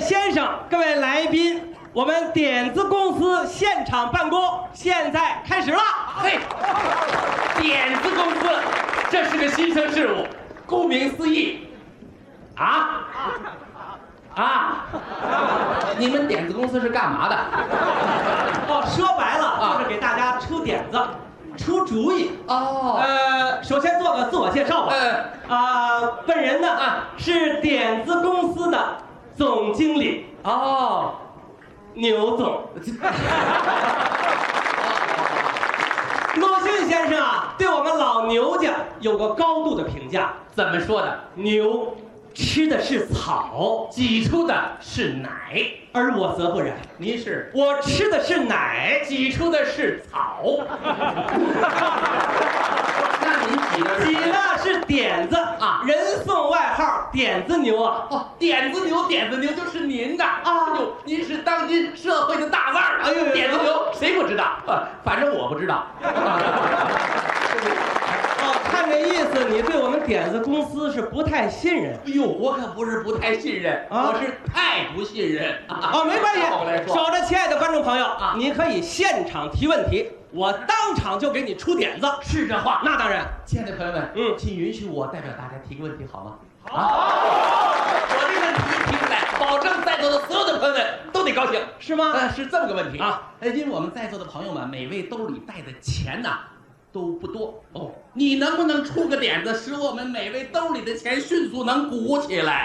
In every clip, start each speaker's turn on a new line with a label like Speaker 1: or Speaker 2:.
Speaker 1: 先生、各位来宾，我们点子公司现场办公现在开始了。
Speaker 2: 嘿，点子公司，这是个新生事物，顾名思义，啊啊，你们点子公司是干嘛的？
Speaker 1: 哦，说白
Speaker 2: 啊
Speaker 1: 了就是给大家出点子、出主意。
Speaker 2: 哦，
Speaker 1: 呃，首先做个自我介绍吧。
Speaker 2: 呃，
Speaker 1: 啊、本人呢、
Speaker 2: 啊
Speaker 1: 是点子公司的总经理
Speaker 2: 哦，
Speaker 1: 牛 总。鲁迅先生啊，对我们老牛家有过高度的评价。
Speaker 2: 怎么说的？
Speaker 1: 牛吃的是草，
Speaker 2: 挤出的是奶，
Speaker 1: 而我则不然，
Speaker 2: 您是
Speaker 1: 我吃的是奶，
Speaker 2: 挤出的是草，那您挤的
Speaker 1: 挤的是点子
Speaker 2: 啊
Speaker 1: 人送外号“点子牛”啊。
Speaker 2: 哦，点子牛，点子牛就是您的啊！哟，您是当今社会的大腕儿啊！
Speaker 1: 哦哎呦
Speaker 2: 点子牛谁不知道？啊反正我不知道。
Speaker 1: 哦，看这意思，你对我们点子公司是不太信任。
Speaker 2: 哎呦，我可不是不太信任，
Speaker 1: 啊
Speaker 2: 我是太不信任。
Speaker 1: 哦，没关系
Speaker 2: 我来，说，
Speaker 1: 守着亲爱的观众朋友
Speaker 2: 啊
Speaker 1: 你可以现场提问题，我当场就给你出点子。
Speaker 2: 是这话。
Speaker 1: 那当然，
Speaker 2: 亲爱的朋友们，
Speaker 1: 嗯
Speaker 2: 请允许我代表大家提个问题好吗？好，我这问题提出来，保证在座的所有的朋友们都得高兴。
Speaker 1: 是吗？
Speaker 2: 呃，是这么个问题
Speaker 1: 嗯啊。
Speaker 2: 呃，因为我们在座的朋友们，每位兜里带的钱呐、都不多哦。你能不能出个点子，使我们每位兜里的钱迅速能鼓起 来？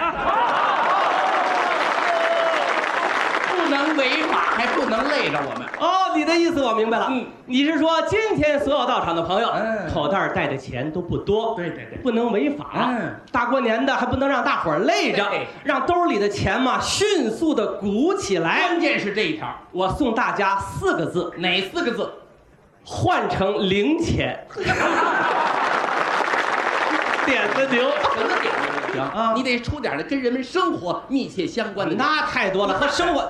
Speaker 2: 不能违法，还不能累着我们。
Speaker 1: 哦，你的意思我明白了。
Speaker 2: 嗯，
Speaker 1: 你是说今天所有到场的朋友，
Speaker 2: 嗯
Speaker 1: 口袋带的钱都不多，
Speaker 2: 对对对
Speaker 1: 不能违法。
Speaker 2: 嗯
Speaker 1: 大过年的还不能让大伙儿累着
Speaker 2: 对，
Speaker 1: 让兜里的钱嘛迅速的鼓起来
Speaker 2: 关。键是这一条，
Speaker 1: 我送大家四个字：
Speaker 2: 哪四个字？
Speaker 1: 换成零钱。点子牛，
Speaker 2: 什么点子都行
Speaker 1: 啊哎
Speaker 2: 你得出点儿的跟人们生活密切相关的。
Speaker 1: 那太多了，和生活。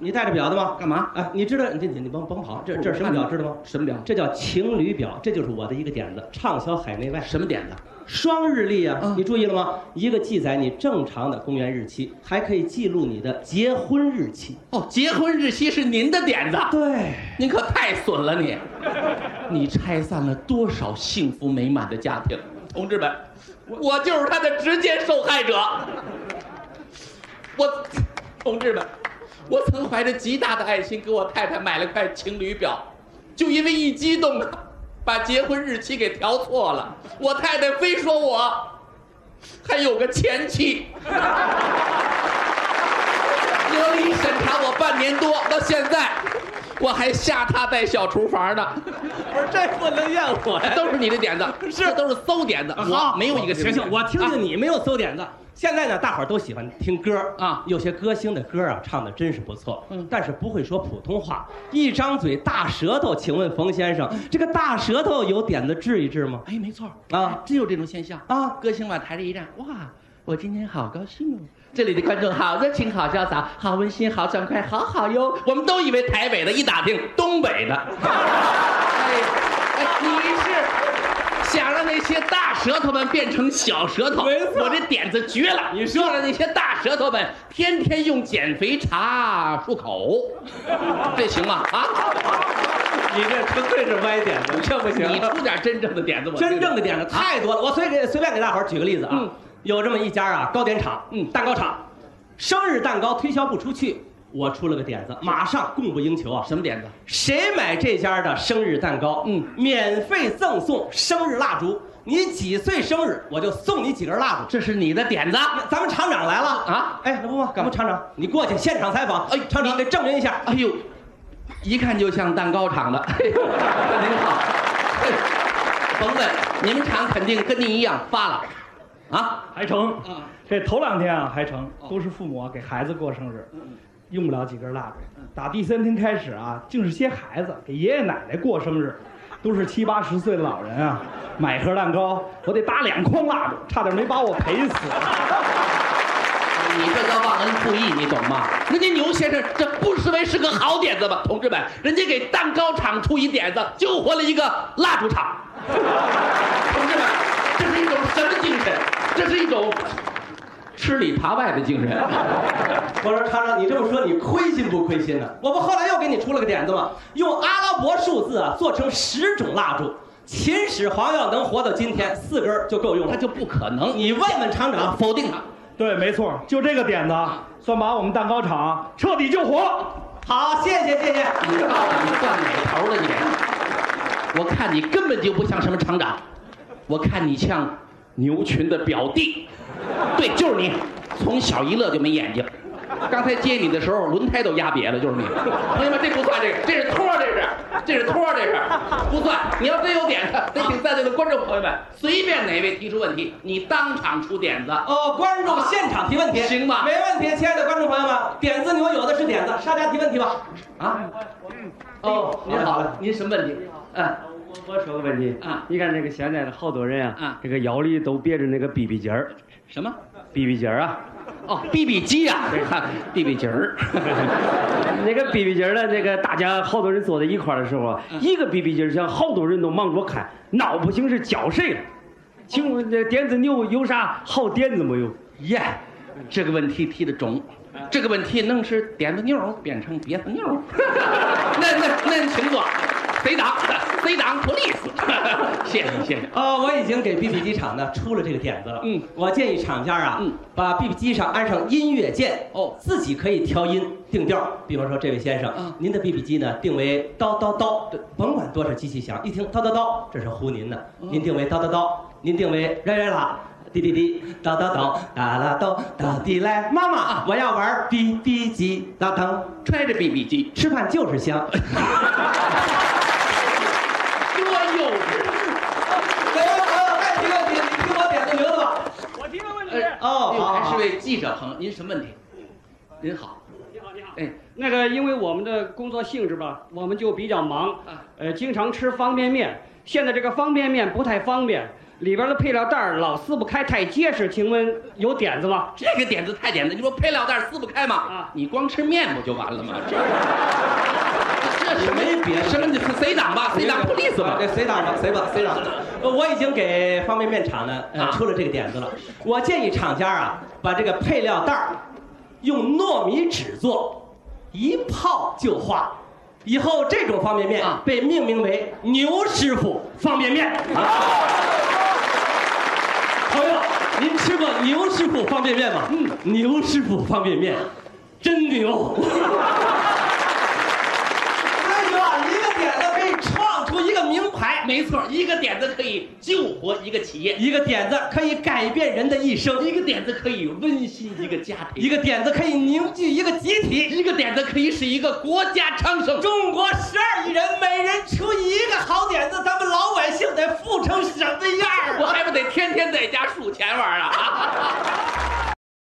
Speaker 1: 你带着表的吗？
Speaker 2: 嗯干嘛？嗯
Speaker 1: 哎，你知道，你你你甭甭跑，这这是什么表知道吗？
Speaker 2: 什么表？
Speaker 1: 这叫情侣表，这就是我的一个点子，畅销海内外。
Speaker 2: 什么点子？
Speaker 1: 双日历啊
Speaker 2: 嗯，
Speaker 1: 你注意了吗？一个记载你正常的公元日期，还可以记录你的结婚日期。
Speaker 2: 哦，结婚日期是您的点子。
Speaker 1: 对，
Speaker 2: 您可太损了你！你拆散了多少幸福美满的家庭，同志们，我就是他的直接受害者。我，同志们，我曾怀着极大的爱心给我太太买了块情侣表，就因为一激动，把结婚日期给调错了。我太太非说我还有个前妻。隔离审查我半年多，到现在我还吓他在小厨房呢。
Speaker 1: 不是这不能怨我呀。
Speaker 2: 都是你的点子，
Speaker 1: 是啊
Speaker 2: 这都是馊点子，我
Speaker 1: 好，
Speaker 2: 没有一个啊
Speaker 1: 行行，我听听你没有馊点子。现在呢，大伙儿都喜欢听歌儿
Speaker 2: 啊
Speaker 1: 有些歌星的歌儿啊，唱的真是不错，
Speaker 2: 嗯
Speaker 1: 但是不会说普通话，一张嘴大舌头。请问冯先生，这个大舌头有点子治一治吗？
Speaker 2: 哎，没错
Speaker 1: 啊，
Speaker 2: 真有这种现象
Speaker 1: 啊
Speaker 2: 歌星往台里一站，哇，我今天好高兴哦！这里的观众好热情、好潇洒、好温馨、好爽快、好好哟！我们都以为台北的，一打听东北的。哎，哎你是想让那些大舌头们变成小舌头？
Speaker 1: 没错
Speaker 2: 我这点子绝了！
Speaker 1: 你说
Speaker 2: 就让那些大舌头们天天用减肥茶漱口，这行吗？啊？
Speaker 1: 你这纯粹是歪点子，这不
Speaker 2: 你出点真正的点子，我
Speaker 1: 真正
Speaker 2: 的
Speaker 1: 的点子太多了，我随给随便给大伙儿举个例子啊，
Speaker 2: 嗯
Speaker 1: 有这么一家啊糕点厂，
Speaker 2: 嗯
Speaker 1: 蛋糕厂，生日蛋糕推销不出去，我出了个点子，马上供不应求啊，
Speaker 2: 什么点子？
Speaker 1: 谁买这家的生日蛋糕，
Speaker 2: 嗯
Speaker 1: 免费赠送生日蜡烛。你几岁生日，我就送你几根蜡烛。
Speaker 2: 这是你的点子
Speaker 1: 咱们厂长来了
Speaker 2: 啊！
Speaker 1: 哎，那不吗？咱们厂长，你过去现场采访。
Speaker 2: 哎
Speaker 1: 厂长得
Speaker 2: 你
Speaker 1: 证明一下。
Speaker 2: 哎呦，一看就像蛋糕厂的。 嘿您好，嘿甭问，你们厂肯定跟您一样发了，啊
Speaker 3: 还成。
Speaker 2: 啊，
Speaker 3: 这头两天啊还成
Speaker 2: 哦，
Speaker 3: 都是父母啊给孩子过生日，用不了几根蜡烛。打第三天开始啊，竟是些孩子给爷爷奶奶过生日，都是七八十岁的老人啊，买盒蛋糕，我得搭两筐蜡烛，差点没把我赔死。
Speaker 2: 你这叫忘恩负义，你懂吗？人家牛先生这不失为是个好点子吧，同志们，人家给蛋糕厂出一点子，救活了一个蜡烛厂。 同志们，这是一种什么精神？这是一种吃里扒外的精神。
Speaker 1: 我说厂长，你这么说你亏心不亏心呢、我不后来又给你出了个点子吗？用阿拉伯数字啊做成十种蜡烛，秦始皇要能活到今天，四根儿就够用
Speaker 2: 他
Speaker 1: 了。
Speaker 2: 就不可能，你
Speaker 1: 你问问厂长，
Speaker 2: 否定他。
Speaker 3: 对，没错，就这个点子，算把我们蛋糕厂彻底救活了。
Speaker 1: 好，谢谢谢谢。
Speaker 2: 你到底算哪头了你？我看你根本就不像什么厂长，我看你像牛群的表弟。对，就是你，从小一乐就没眼睛。刚才接你的时候，轮胎都压瘪了，就是你。朋友们，这不算这个，这是托儿，这是，这是托儿，这是不算。你要真有点子，得请在座的观众朋友们，随便哪位提出问题，你当场出点子。
Speaker 1: 哦，观众现场提问题，
Speaker 2: 行吧
Speaker 1: 没问题，亲爱的观众朋友们，点子你们有的是点子，沙家提问题吧。
Speaker 2: 啊？哦，您好了，您什么问题？嗯。
Speaker 4: 我我说个问题
Speaker 2: 啊
Speaker 4: 你看这个现在的好多人啊，
Speaker 2: 啊
Speaker 4: 这个腰里都别着那个 BB 筋儿
Speaker 2: 什么？
Speaker 4: ，BB 筋儿啊，
Speaker 2: 哦，B B 机呀、啊，，B B 筋儿，
Speaker 4: 那个 BB 筋儿呢，那个大家好多人坐在一块儿的时候啊，一个 BB 筋儿像好多人都忙着看，闹不清是教谁了。请问这点子牛有啥好点子没有？
Speaker 2: 耶、这个问题提的中，这个问题弄是点子妞儿变成别子妞儿，那那那情况，谁挡？谁挡？police，谢谢谢谢。
Speaker 1: 哦，我已经给 BB 机厂呢出了这个点子了。
Speaker 2: 嗯，
Speaker 1: 我建议厂家啊，
Speaker 2: 嗯，
Speaker 1: 把 BB 机上安上音乐键，
Speaker 2: 哦
Speaker 1: 自己可以调音定调。比方说，这位先生，
Speaker 2: 嗯
Speaker 1: 您的 BB 机呢定为叨叨叨，对甭管多少机器响，一听叨叨叨，这是呼您呢。
Speaker 2: 哦
Speaker 1: 您定为叨叨叨，您定为来来啦。滴滴滴，叨叨叨，哒啦叨，哒滴来，妈
Speaker 2: 啊
Speaker 1: 妈，我要玩 BB 机，啦当，
Speaker 2: 揣着 B B 机，
Speaker 1: 吃饭就是 香。
Speaker 2: 多幼稚！
Speaker 1: 各位朋友，再提问题，你听我点子名字吧。
Speaker 3: 我提个问
Speaker 2: 呃
Speaker 1: 哦
Speaker 2: 您
Speaker 1: 好
Speaker 2: 还
Speaker 1: 好
Speaker 2: 是位记者朋友，您什么问题？您好，
Speaker 3: 你好，你好。
Speaker 2: 哎，
Speaker 3: 那个，因为我们的工作性质吧，我们就比较忙
Speaker 2: 啊，
Speaker 3: 呃，经常吃方便面。现在这个方便面不太方便，里边的配料袋儿老撕不开，太结实。请问有点子吗？
Speaker 2: 这个点子太简单，你说配料袋撕不开吗？
Speaker 3: 啊
Speaker 2: 你光吃面不就完了吗？这这什么
Speaker 1: 没别的
Speaker 2: 什么？你谁挡吧？谁挡 police 吧
Speaker 1: 这？谁打吧，谁吧，谁打吧。呃我已经给方便面厂呢呃
Speaker 2: 啊
Speaker 1: 出了这个点子了。我建议厂家啊，把这个配料袋儿用糯米纸做，一泡就化。以后这种方便面
Speaker 2: 啊
Speaker 1: 被命名为牛师傅方便面。
Speaker 2: 啊
Speaker 1: 朋友，您吃过牛师傅方便面吗？嗯，牛师傅方便面真牛。 所以说啊，一个点子可以创出一个名牌，
Speaker 2: 没错，一个点子可以救活一个企业，
Speaker 1: 一个点子可以改变人的一生，
Speaker 2: 一个点子可以温馨一个家庭，
Speaker 1: 一个点子可以凝聚一个集体。
Speaker 2: 一个点子可以使一个国家昌盛。
Speaker 1: 中国十二亿人，每人出一个好点子，咱们老百姓得富成什么样
Speaker 2: 我
Speaker 1: 啊？
Speaker 2: 还不得天天在家数钱玩啊？